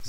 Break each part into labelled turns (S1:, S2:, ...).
S1: This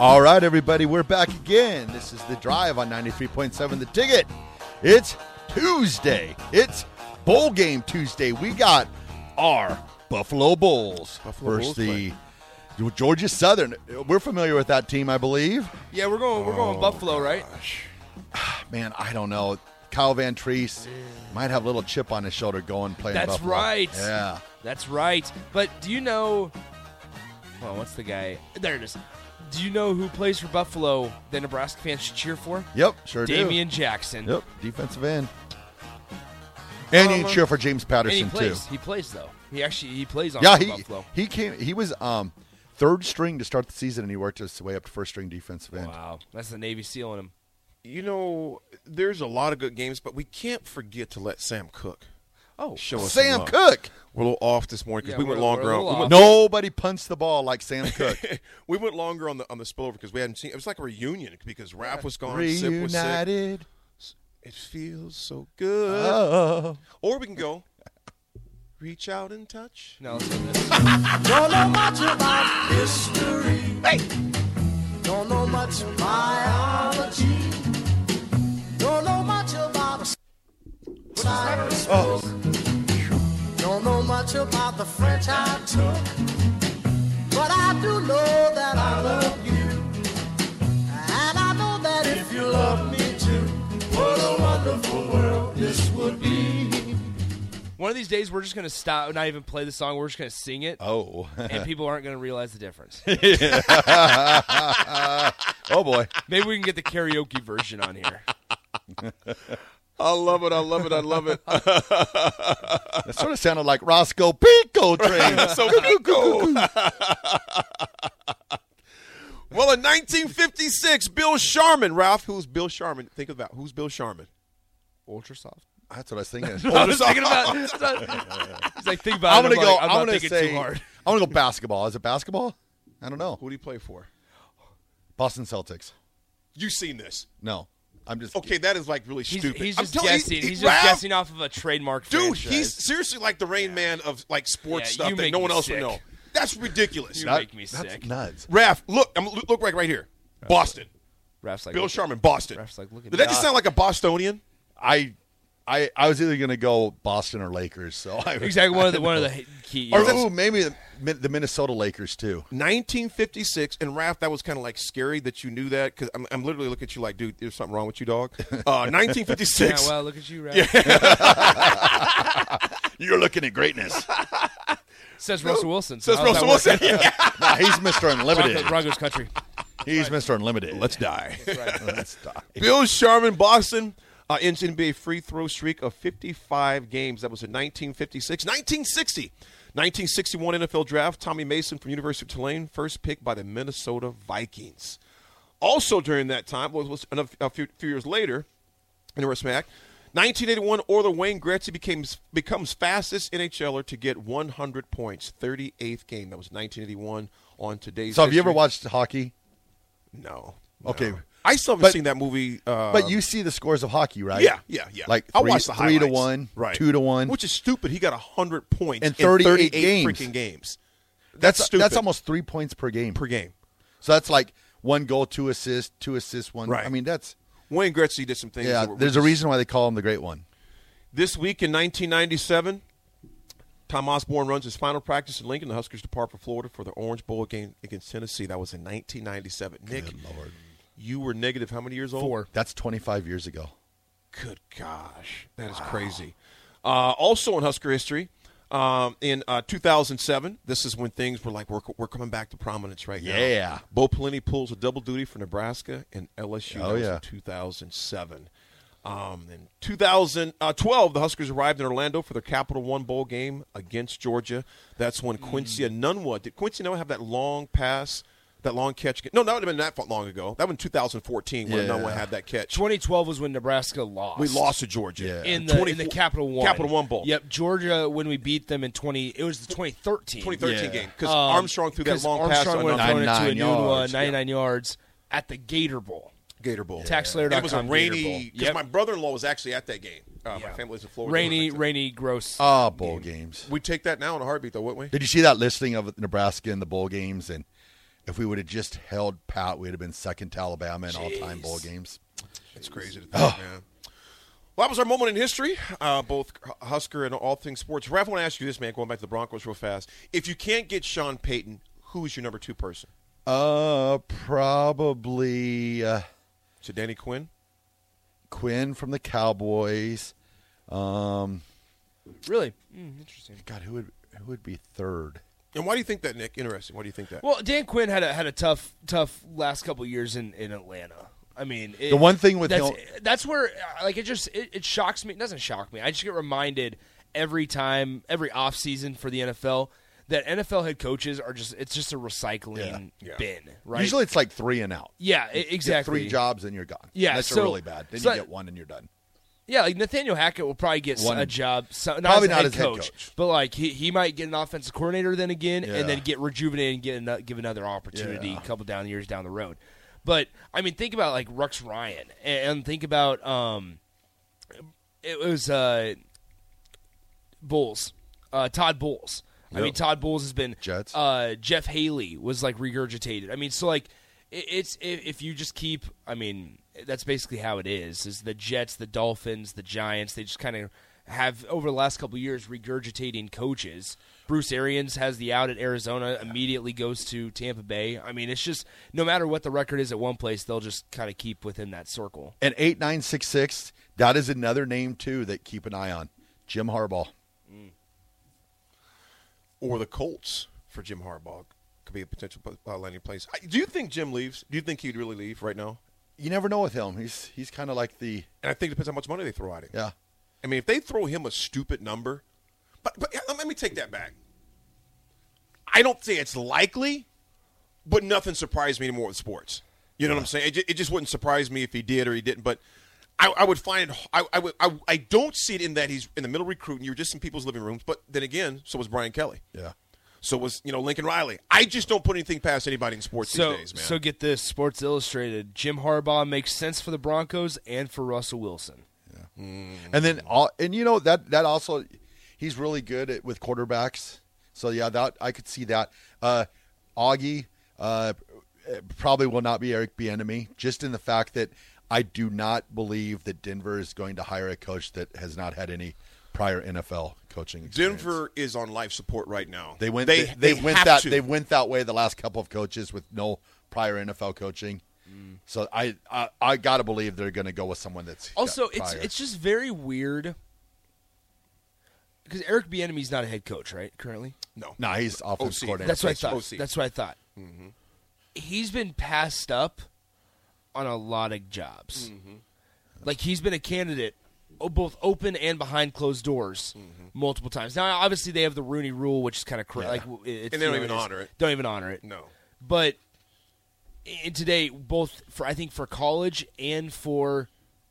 S2: All right, everybody, we're back again. This is the drive on 93.7 The Ticket. It's Tuesday. It's Bowl Game Tuesday. We got our Buffalo Bulls
S3: Buffalo
S2: versus
S3: Bulls
S2: the Georgia Southern. We're familiar with that team, I believe.
S3: Yeah, we're going. We're
S2: Oh,
S3: going Buffalo, right?
S2: Man, I don't know. Kyle Van Treese might have a little chip on his shoulder going playing
S3: That's
S2: Buffalo.
S3: right.
S2: Yeah.
S3: That's right. But do you know? Well, what's the guy? There it is. Do you know who plays for Buffalo that Nebraska fans should cheer for?
S2: Yep, sure
S3: Damian Jackson.
S2: do. Yep, defensive end. And you
S3: Um,
S2: can cheer for James
S3: And he
S2: Patterson, too.
S3: plays. He plays though. He actually he plays on
S2: yeah,
S3: for
S2: he
S3: Buffalo.
S2: he came. He was um third string to start the season, and he worked his way up to first string defensive end.
S3: Wow, that's the Navy SEAL in him.
S4: you know, there's a lot of good games, but we can't forget to let Sam Cook
S3: Oh,
S4: show us. some
S2: Sam
S4: love.
S2: Cook.
S4: We're a little off this morning because
S3: Yeah,
S4: we went
S3: we're- we're a
S4: longer on.
S3: little
S4: We went,
S2: Nobody punts the ball like Sam Cook.
S4: we went longer on the on the spillover because we hadn't seen. It was like a reunion because Raph was gone, Sip was sick.
S2: Reunited.
S4: It feels so good.
S2: Oh.
S4: Or we can go. Reach out and touch.
S3: Now let's go to this.
S5: Don't know much about history. Don't know much biology. Don't know much about a science book. Don't know much about the French I took. But I do know that I love you. And I know that if you love me too, what a wonderful world this would be.
S3: One of these days, we're just gonna stop, not even play the song. We're just gonna sing it,
S2: Oh.
S3: and people aren't gonna realize the difference.
S2: oh boy.
S3: Maybe we can get the karaoke version on here.
S4: I love it. I love it. I love it.
S2: That sort of sounded like Roscoe Pico train.
S4: so Pico. well, in 1956, Bill Sharman, Ralph, who's Bill Sharman? Think about who's Bill Sharman.
S3: Ultrasoft.
S2: That's what I was thinking.
S3: I was thinking about. He's like, think about
S2: I'm
S3: it.
S2: gonna go.
S3: Like, I'm,
S2: I'm,
S3: not
S2: gonna
S3: thinking
S2: say.
S3: too hard.
S2: I'm gonna go basketball. Is it basketball? I don't know.
S4: Who do you play for?
S2: Boston Celtics.
S4: You've seen this. I'm
S2: just-
S4: okay. That is like really
S3: He's,
S4: stupid.
S3: he's
S4: I'm
S3: just
S4: telling you,
S3: guessing.
S4: he-
S3: he's
S4: Ralph,
S3: just guessing off of a trademark.
S4: Dude,
S3: franchise.
S4: he's seriously like the Rain Man of like sports
S3: Yeah, you
S4: stuff that
S3: make
S4: no
S3: me
S4: one else
S3: sick.
S4: would know. That's ridiculous.
S3: You
S4: That-
S3: make me
S2: That's
S3: sick.
S2: nuts.
S4: Ralph, look, I'm look right right here. Boston.
S3: Raph's like
S4: Bill
S3: look at-
S4: Sharman, Boston.
S3: Ralph's like, look at
S4: Did that
S3: that.
S4: just sound like a Bostonian?
S2: I, I, I was either gonna go Boston or Lakers. So I
S3: Exactly one of the one of the key.
S2: Or ooh, maybe the, Min- the Minnesota Lakers too.
S4: 1956, and Raph, that was kind of like scary that you knew that because I'm, I'm literally looking at you like, dude, there's something wrong with you, dog. Uh, 1956.
S3: yeah, well, look at you, Raph.
S2: You're looking at greatness.
S3: Says Russell Wilson. So
S4: says
S3: how's that
S4: Russell Wilson.
S3: work?
S4: Yeah.
S2: nah, he's Mr. Unlimited.
S3: Broncos, Broncos country.
S2: He's Mr. Unlimited. Let's die.
S4: Bill Sharman, Boston, uh, ends NBA free throw streak of 55 games. That was in 1956, 1960. 1961 NFL draft, Tommy Mason from University of Tulane, first pick by the Minnesota Vikings. Also during that time, was, was a, a few, few years later, interesting fact, 1981, Orla Wayne Gretzky becomes becomes fastest NHLer er to get 100 points, 38th game. That was 1981 on today's
S2: so have you ever
S4: history.
S2: watched hockey?
S4: No.
S2: Okay.
S4: No. I still haven't
S2: But-
S4: seen that movie. Uh,
S2: But you see the scores of hockey, right?
S4: yeah, yeah, yeah.
S2: Like
S4: I
S2: three,
S4: watched the
S2: three to
S4: highlights.
S2: one,
S4: right?
S2: two to one.
S4: which is stupid. He got hundred points
S2: And
S4: in
S2: 38 games.
S4: freaking games.
S2: that's
S4: That's stupid.
S2: that's almost three points per game.
S4: per game.
S2: So that's like one goal, two assists, two assists, one.
S4: Right.
S2: I mean, that's
S4: Wayne Gretzky did some things.
S2: yeah.
S4: that were-
S2: There's a reason why they call him the great one.
S4: This week in 1997, Tom Osborne runs his final practice in Lincoln. The Huskers depart for Florida for the Orange Bowl game against Tennessee. That was in 1997. Nick, You were negative how many years old?
S3: Four.
S2: That's 25 years ago.
S4: Good gosh, that is crazy. Uh, also in Husker history, um, in uh, 2007, this is when things were like we're, we're coming back to prominence right now.
S2: Yeah.
S4: Bo Pelini pulls a double duty for Nebraska and LSU.
S2: Oh,
S4: That was
S2: yeah.
S4: in 2007. Um, in 2012, the Huskers arrived in Orlando for their Capital One Bowl game against Georgia. That's when Quincy
S2: Mm.
S4: Anunwa did Quincy Anunwa have that long pass, that long catch? No, that would have been that long ago. That was in 2014 when
S2: Yeah.
S4: Anunwa had that catch.
S3: 2012 was when Nebraska lost.
S4: We lost to Georgia
S2: Yeah.
S3: in the in the
S4: 24
S3: Capital One.
S4: Capital One Bowl.
S3: Yep, Georgia when we beat them in 20. It was the 2013.
S4: 2013
S2: Yeah.
S4: game because
S3: Um,
S4: Armstrong threw that
S3: 'cause
S4: long pass
S3: Armstrong
S4: on
S3: would have thrown it to a
S2: 99
S3: new one,
S2: yards,
S3: 99 yards at the Gator Bowl.
S4: Gator Bowl.
S3: Taxslayer.com
S4: It was a
S3: Gator Bowl.
S4: rainy because
S3: Yep.
S4: my brother-in-law was actually at that game. Uh, My family lives in Florida.
S3: Rainy, rainy, gross.
S4: Uh,
S2: Ah, bowl games.
S4: We take that now in a heartbeat, though, wouldn't we?
S2: Did you see that listing of Nebraska in the bowl games? And if we would have just held pat, we'd have been second to Alabama in all-time bowl games.
S4: It's crazy to think, man. Well, that was our moment in history, uh, both Husker and all things sports. Raph, I want to ask you this, man, going back to the Broncos real fast. If you can't get Sean Payton, who's your number two person?
S2: Uh, probably uh,
S4: Is it Danny Quinn?
S2: Quinn from the Cowboys. Um,
S3: really? Mm, interesting.
S2: God, who would who would be third?
S4: And why do you think that, Nick? Interesting. Why do you think that?
S3: Well, Dan Quinn had a had a tough tough last couple years in in Atlanta. I mean, it-
S2: The one thing with
S3: that's,
S2: him-
S3: that's where uh, like it just it, it shocks me. It doesn't shock me. I just get reminded every time every offseason for the NFL that NFL head coaches are just it's just a recycling
S4: Yeah. Yeah.
S3: bin, right?
S2: Usually, it's like three and out.
S3: yeah, e-
S2: You get
S3: exactly.
S2: three jobs and you're gone.
S3: Yeah,
S2: that's
S3: so-
S2: really bad. Then
S3: so-
S2: you get one and you're done.
S3: Yeah, like Nathaniel Hackett will probably get s-
S2: One-
S3: a job, so, not
S2: probably
S3: as a
S2: not
S3: head
S2: as head
S3: coach,
S2: coach.
S3: but like he, he might get an offensive coordinator then again,
S2: Yeah.
S3: and then get rejuvenated and get another, give another opportunity
S2: Yeah.
S3: a couple down years down the road. But I mean, think about like Rex Ryan, and, and think about um, it was uh, Bulls, uh, Todd Bulls. I mean, Todd Bulls has been
S2: Jets.
S3: Uh, Jeff Haley was like regurgitated. I mean, so like it, it's if, if you just keep, I mean, that's basically how it is. Is the Jets, the Dolphins, the Giants? They just kind of have over the last couple of years regurgitating coaches. Bruce Arians has the out at Arizona, immediately goes to Tampa Bay. I mean, it's just no matter what the record is at one place, they'll just kind of keep within that circle.
S2: And eight nine six six. That is another name too that keep an eye on. Jim Harbaugh.
S4: or the Colts for Jim Harbaugh could be a potential uh, landing place. I- Do you think Jim leaves? Do you think he'd really leave right now?
S2: You never know with him. He's he's kind of like the
S4: And I think it depends how much money they throw at him.
S2: yeah.
S4: I mean, if they throw him a stupid number, but, but uh, let me take that back. I don't say it's likely, but nothing surprised me anymore with sports. You know what I'm saying? It, ju- it just wouldn't surprise me if he did or he didn't. But I, I would find it. h- I, I would. I, I don't see it in that he's in the middle of recruiting. You're just in people's living rooms. But then again, so was Brian Kelly.
S2: Yeah.
S4: So was you know Lincoln Riley. I just don't put anything past anybody in sports
S3: So,
S4: these days, man.
S3: so get this: Sports Illustrated. Jim Harbaugh makes sense for the Broncos and for Russell Wilson.
S2: And then all and you know that that also he's really good at, with quarterbacks. So yeah, that I could see that. Uh Augie uh probably will not be Eric Bieniemy just in the fact that I do not believe that Denver is going to hire a coach that has not had any prior NFL coaching experience.
S4: Denver is on life support right now.
S2: They went.
S4: They
S2: They, they, went
S4: have
S2: that.
S4: to.
S2: They went that way the last couple of coaches with no prior NFL coaching. So I, I I gotta believe they're gonna go with someone that's got
S3: Also, it's
S2: prior.
S3: it's just very weird because Eric Bieniemy's not a head coach, right? Currently,
S4: no.
S2: no, he's offensive
S4: OC.
S2: coordinator.
S3: that's what I thought.
S4: OC.
S3: That's what I thought.
S4: Mm-hmm.
S3: He's been passed up on a lot of jobs.
S4: Mm-hmm.
S3: Like he's been a candidate, oh, both open and behind closed doors,
S4: Mm-hmm.
S3: multiple times. Now, obviously, they have the Rooney Rule, which is kind of cra- like w- it's,
S4: And they don't
S3: you know,
S4: even
S3: it's-
S4: honor it.
S3: Don't even honor it.
S4: No.
S3: but in today both for i think for college and for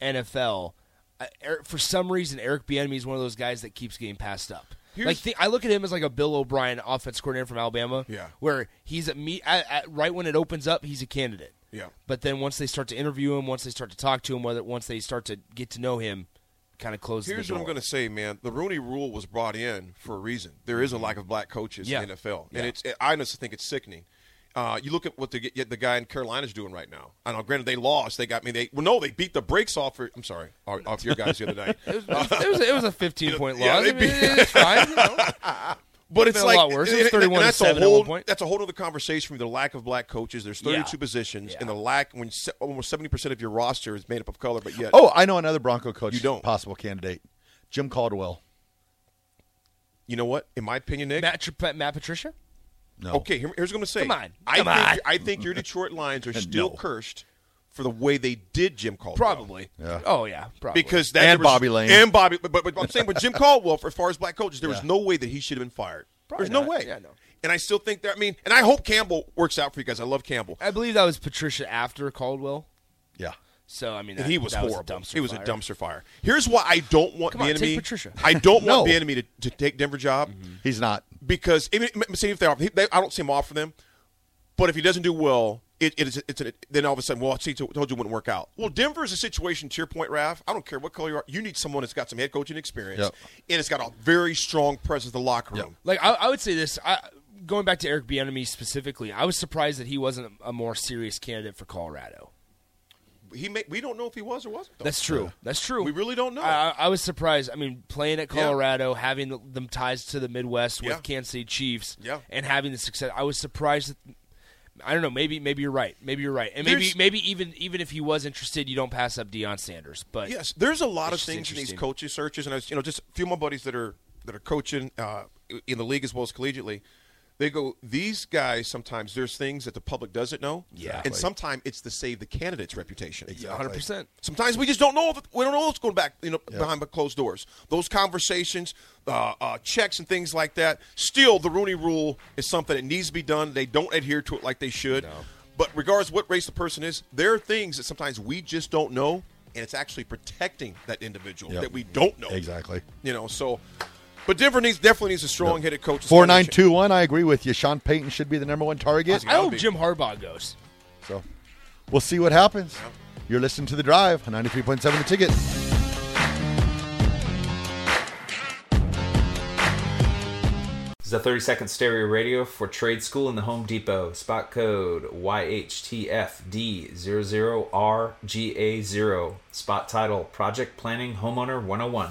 S3: nfl I, uh, Eric- for some reason eric Bieniemy is one of those guys that keeps getting passed up like thi- i look at him as like a bill o'brien offense coordinator from alabama
S4: Yeah.
S3: where he's at me at, at, right when it opens up he's a candidate
S4: Yeah.
S3: but then once they start to interview him once they start to talk to him whether once they start to get to know him kind of closes
S4: Here's
S3: the
S4: what
S3: door
S4: I'm going to say, man. The Rooney Rule was brought in for a reason. There is a lack of black coaches
S3: Yeah.
S4: in the NFL,
S3: Yeah.
S4: and it's I honestly think it's sickening. Uh, you look at what the, the guy in Carolina's doing right now. I know, granted, they lost. They got me. They well, no, they beat the brakes off. For, I'm sorry, off off your guys the other night.
S3: it was, it was, it was a 15 point
S4: Yeah,
S3: loss
S4: they
S3: I mean, it's fine, you know.
S4: But it's
S3: been a
S4: like
S3: lot worse. It was
S4: and- and- and
S3: 31 to
S4: that's a
S3: 7 at
S4: whole-
S3: one point.
S4: That's a whole other conversation from the lack of black coaches. There's 32 positions, and the lack when se- almost 70 percent of your roster is made up of color. But yet,
S2: Oh, I know another Bronco coach.
S4: You don't.
S2: possible candidate, Jim Caldwell.
S4: you know what? In my opinion, Nick.
S3: Matt, Tra- Matt Patricia?
S2: No.
S4: okay, here- here's what I'm gonna say.
S3: Come on.
S4: I
S3: Come
S4: think,
S3: on.
S4: I think your Detroit Lions are still
S2: No.
S4: cursed for the way they did Jim Caldwell.
S3: Probably. Oh, yeah. Probably.
S4: Because that
S2: And
S4: there was-
S2: Bobby Lane.
S4: and Bobby, but, but, but I'm saying, but Jim Caldwell, for, as far as black coaches, there was no way that he should have been fired.
S3: Probably
S4: There's
S3: not.
S4: no way.
S3: Yeah, no.
S4: And I still think that. I mean, and I hope Campbell works out for you guys. I love Campbell.
S3: I believe that was Patricia after Caldwell.
S2: Yeah.
S3: So, I mean,
S4: And
S3: that-
S4: he was
S3: that
S4: horrible.
S3: a dumpster
S4: he was
S3: fire.
S4: a dumpster fire. Here's why I don't want
S3: Come
S4: the
S3: on, take
S4: enemy.
S3: Patricia. Mm-hmm.
S4: I don't
S2: No.
S4: want the enemy to, to take Denver job
S2: He's not.
S4: because even see if they, offer, they I don't see him offer them, but if he doesn't do well, it, it is it's an, then all of a sudden, well, I see, told you it wouldn't work out. Well, Denver is a situation. To your point, Raf, I don't care what color you are. You need someone that's got some head coaching experience
S2: Yep.
S4: and it's got a very strong presence in the locker room.
S3: Like I, I would say this. I, going back to Eric Bieniemy specifically, I was surprised that he wasn't a more serious candidate for Colorado.
S4: He may, we don't know if he was or wasn't. though.
S3: That's true. That's true.
S4: We really don't know.
S3: I, I- I was surprised. I mean, playing at
S4: Yeah.
S3: Colorado, having the, them ties to the Midwest with
S4: Yeah.
S3: Kansas City Chiefs,
S4: Yeah.
S3: and having the success, I was surprised. That, I don't know. Maybe maybe you're right. Maybe you're right. And maybe
S4: There's-
S3: maybe even even if he was interested, you don't pass up Deion Sanders. But
S4: Yes, there's a lot
S3: It's just
S4: of things in these
S3: interesting.
S4: coaches searches, and I was, you know, just a few of my buddies that are that are coaching uh, in the league as well as collegiately. They go, these guys. Sometimes there's things that the public doesn't know.
S3: Yeah.
S4: and sometimes it's to save the candidate's reputation. Exactly.
S3: 100%.
S4: Sometimes we just don't know. If, we don't know what's going back, you know, behind closed doors. Those conversations, uh, uh, checks, and things like that. Still, the Rooney Rule is something that needs to be done. They don't adhere to it like they should. But regardless of what race the person is, there are things that sometimes we just don't know, and it's actually protecting that individual
S2: Yep.
S4: that we don't know
S2: Exactly.
S4: You know, so. But Denver needs definitely needs a strong-headed coach.
S2: Four nine two one. I agree with you. Sean Payton should be the number one target.
S3: I hope Jim Harbaugh goes.
S2: So we'll see what happens. You're listening to the drive on 93.7 the ticket.
S1: This is a 30 second stereo radio for trade school in the Home Depot. Spot code YHTFD00RGA0. Spot title Project Planning Homeowner 101.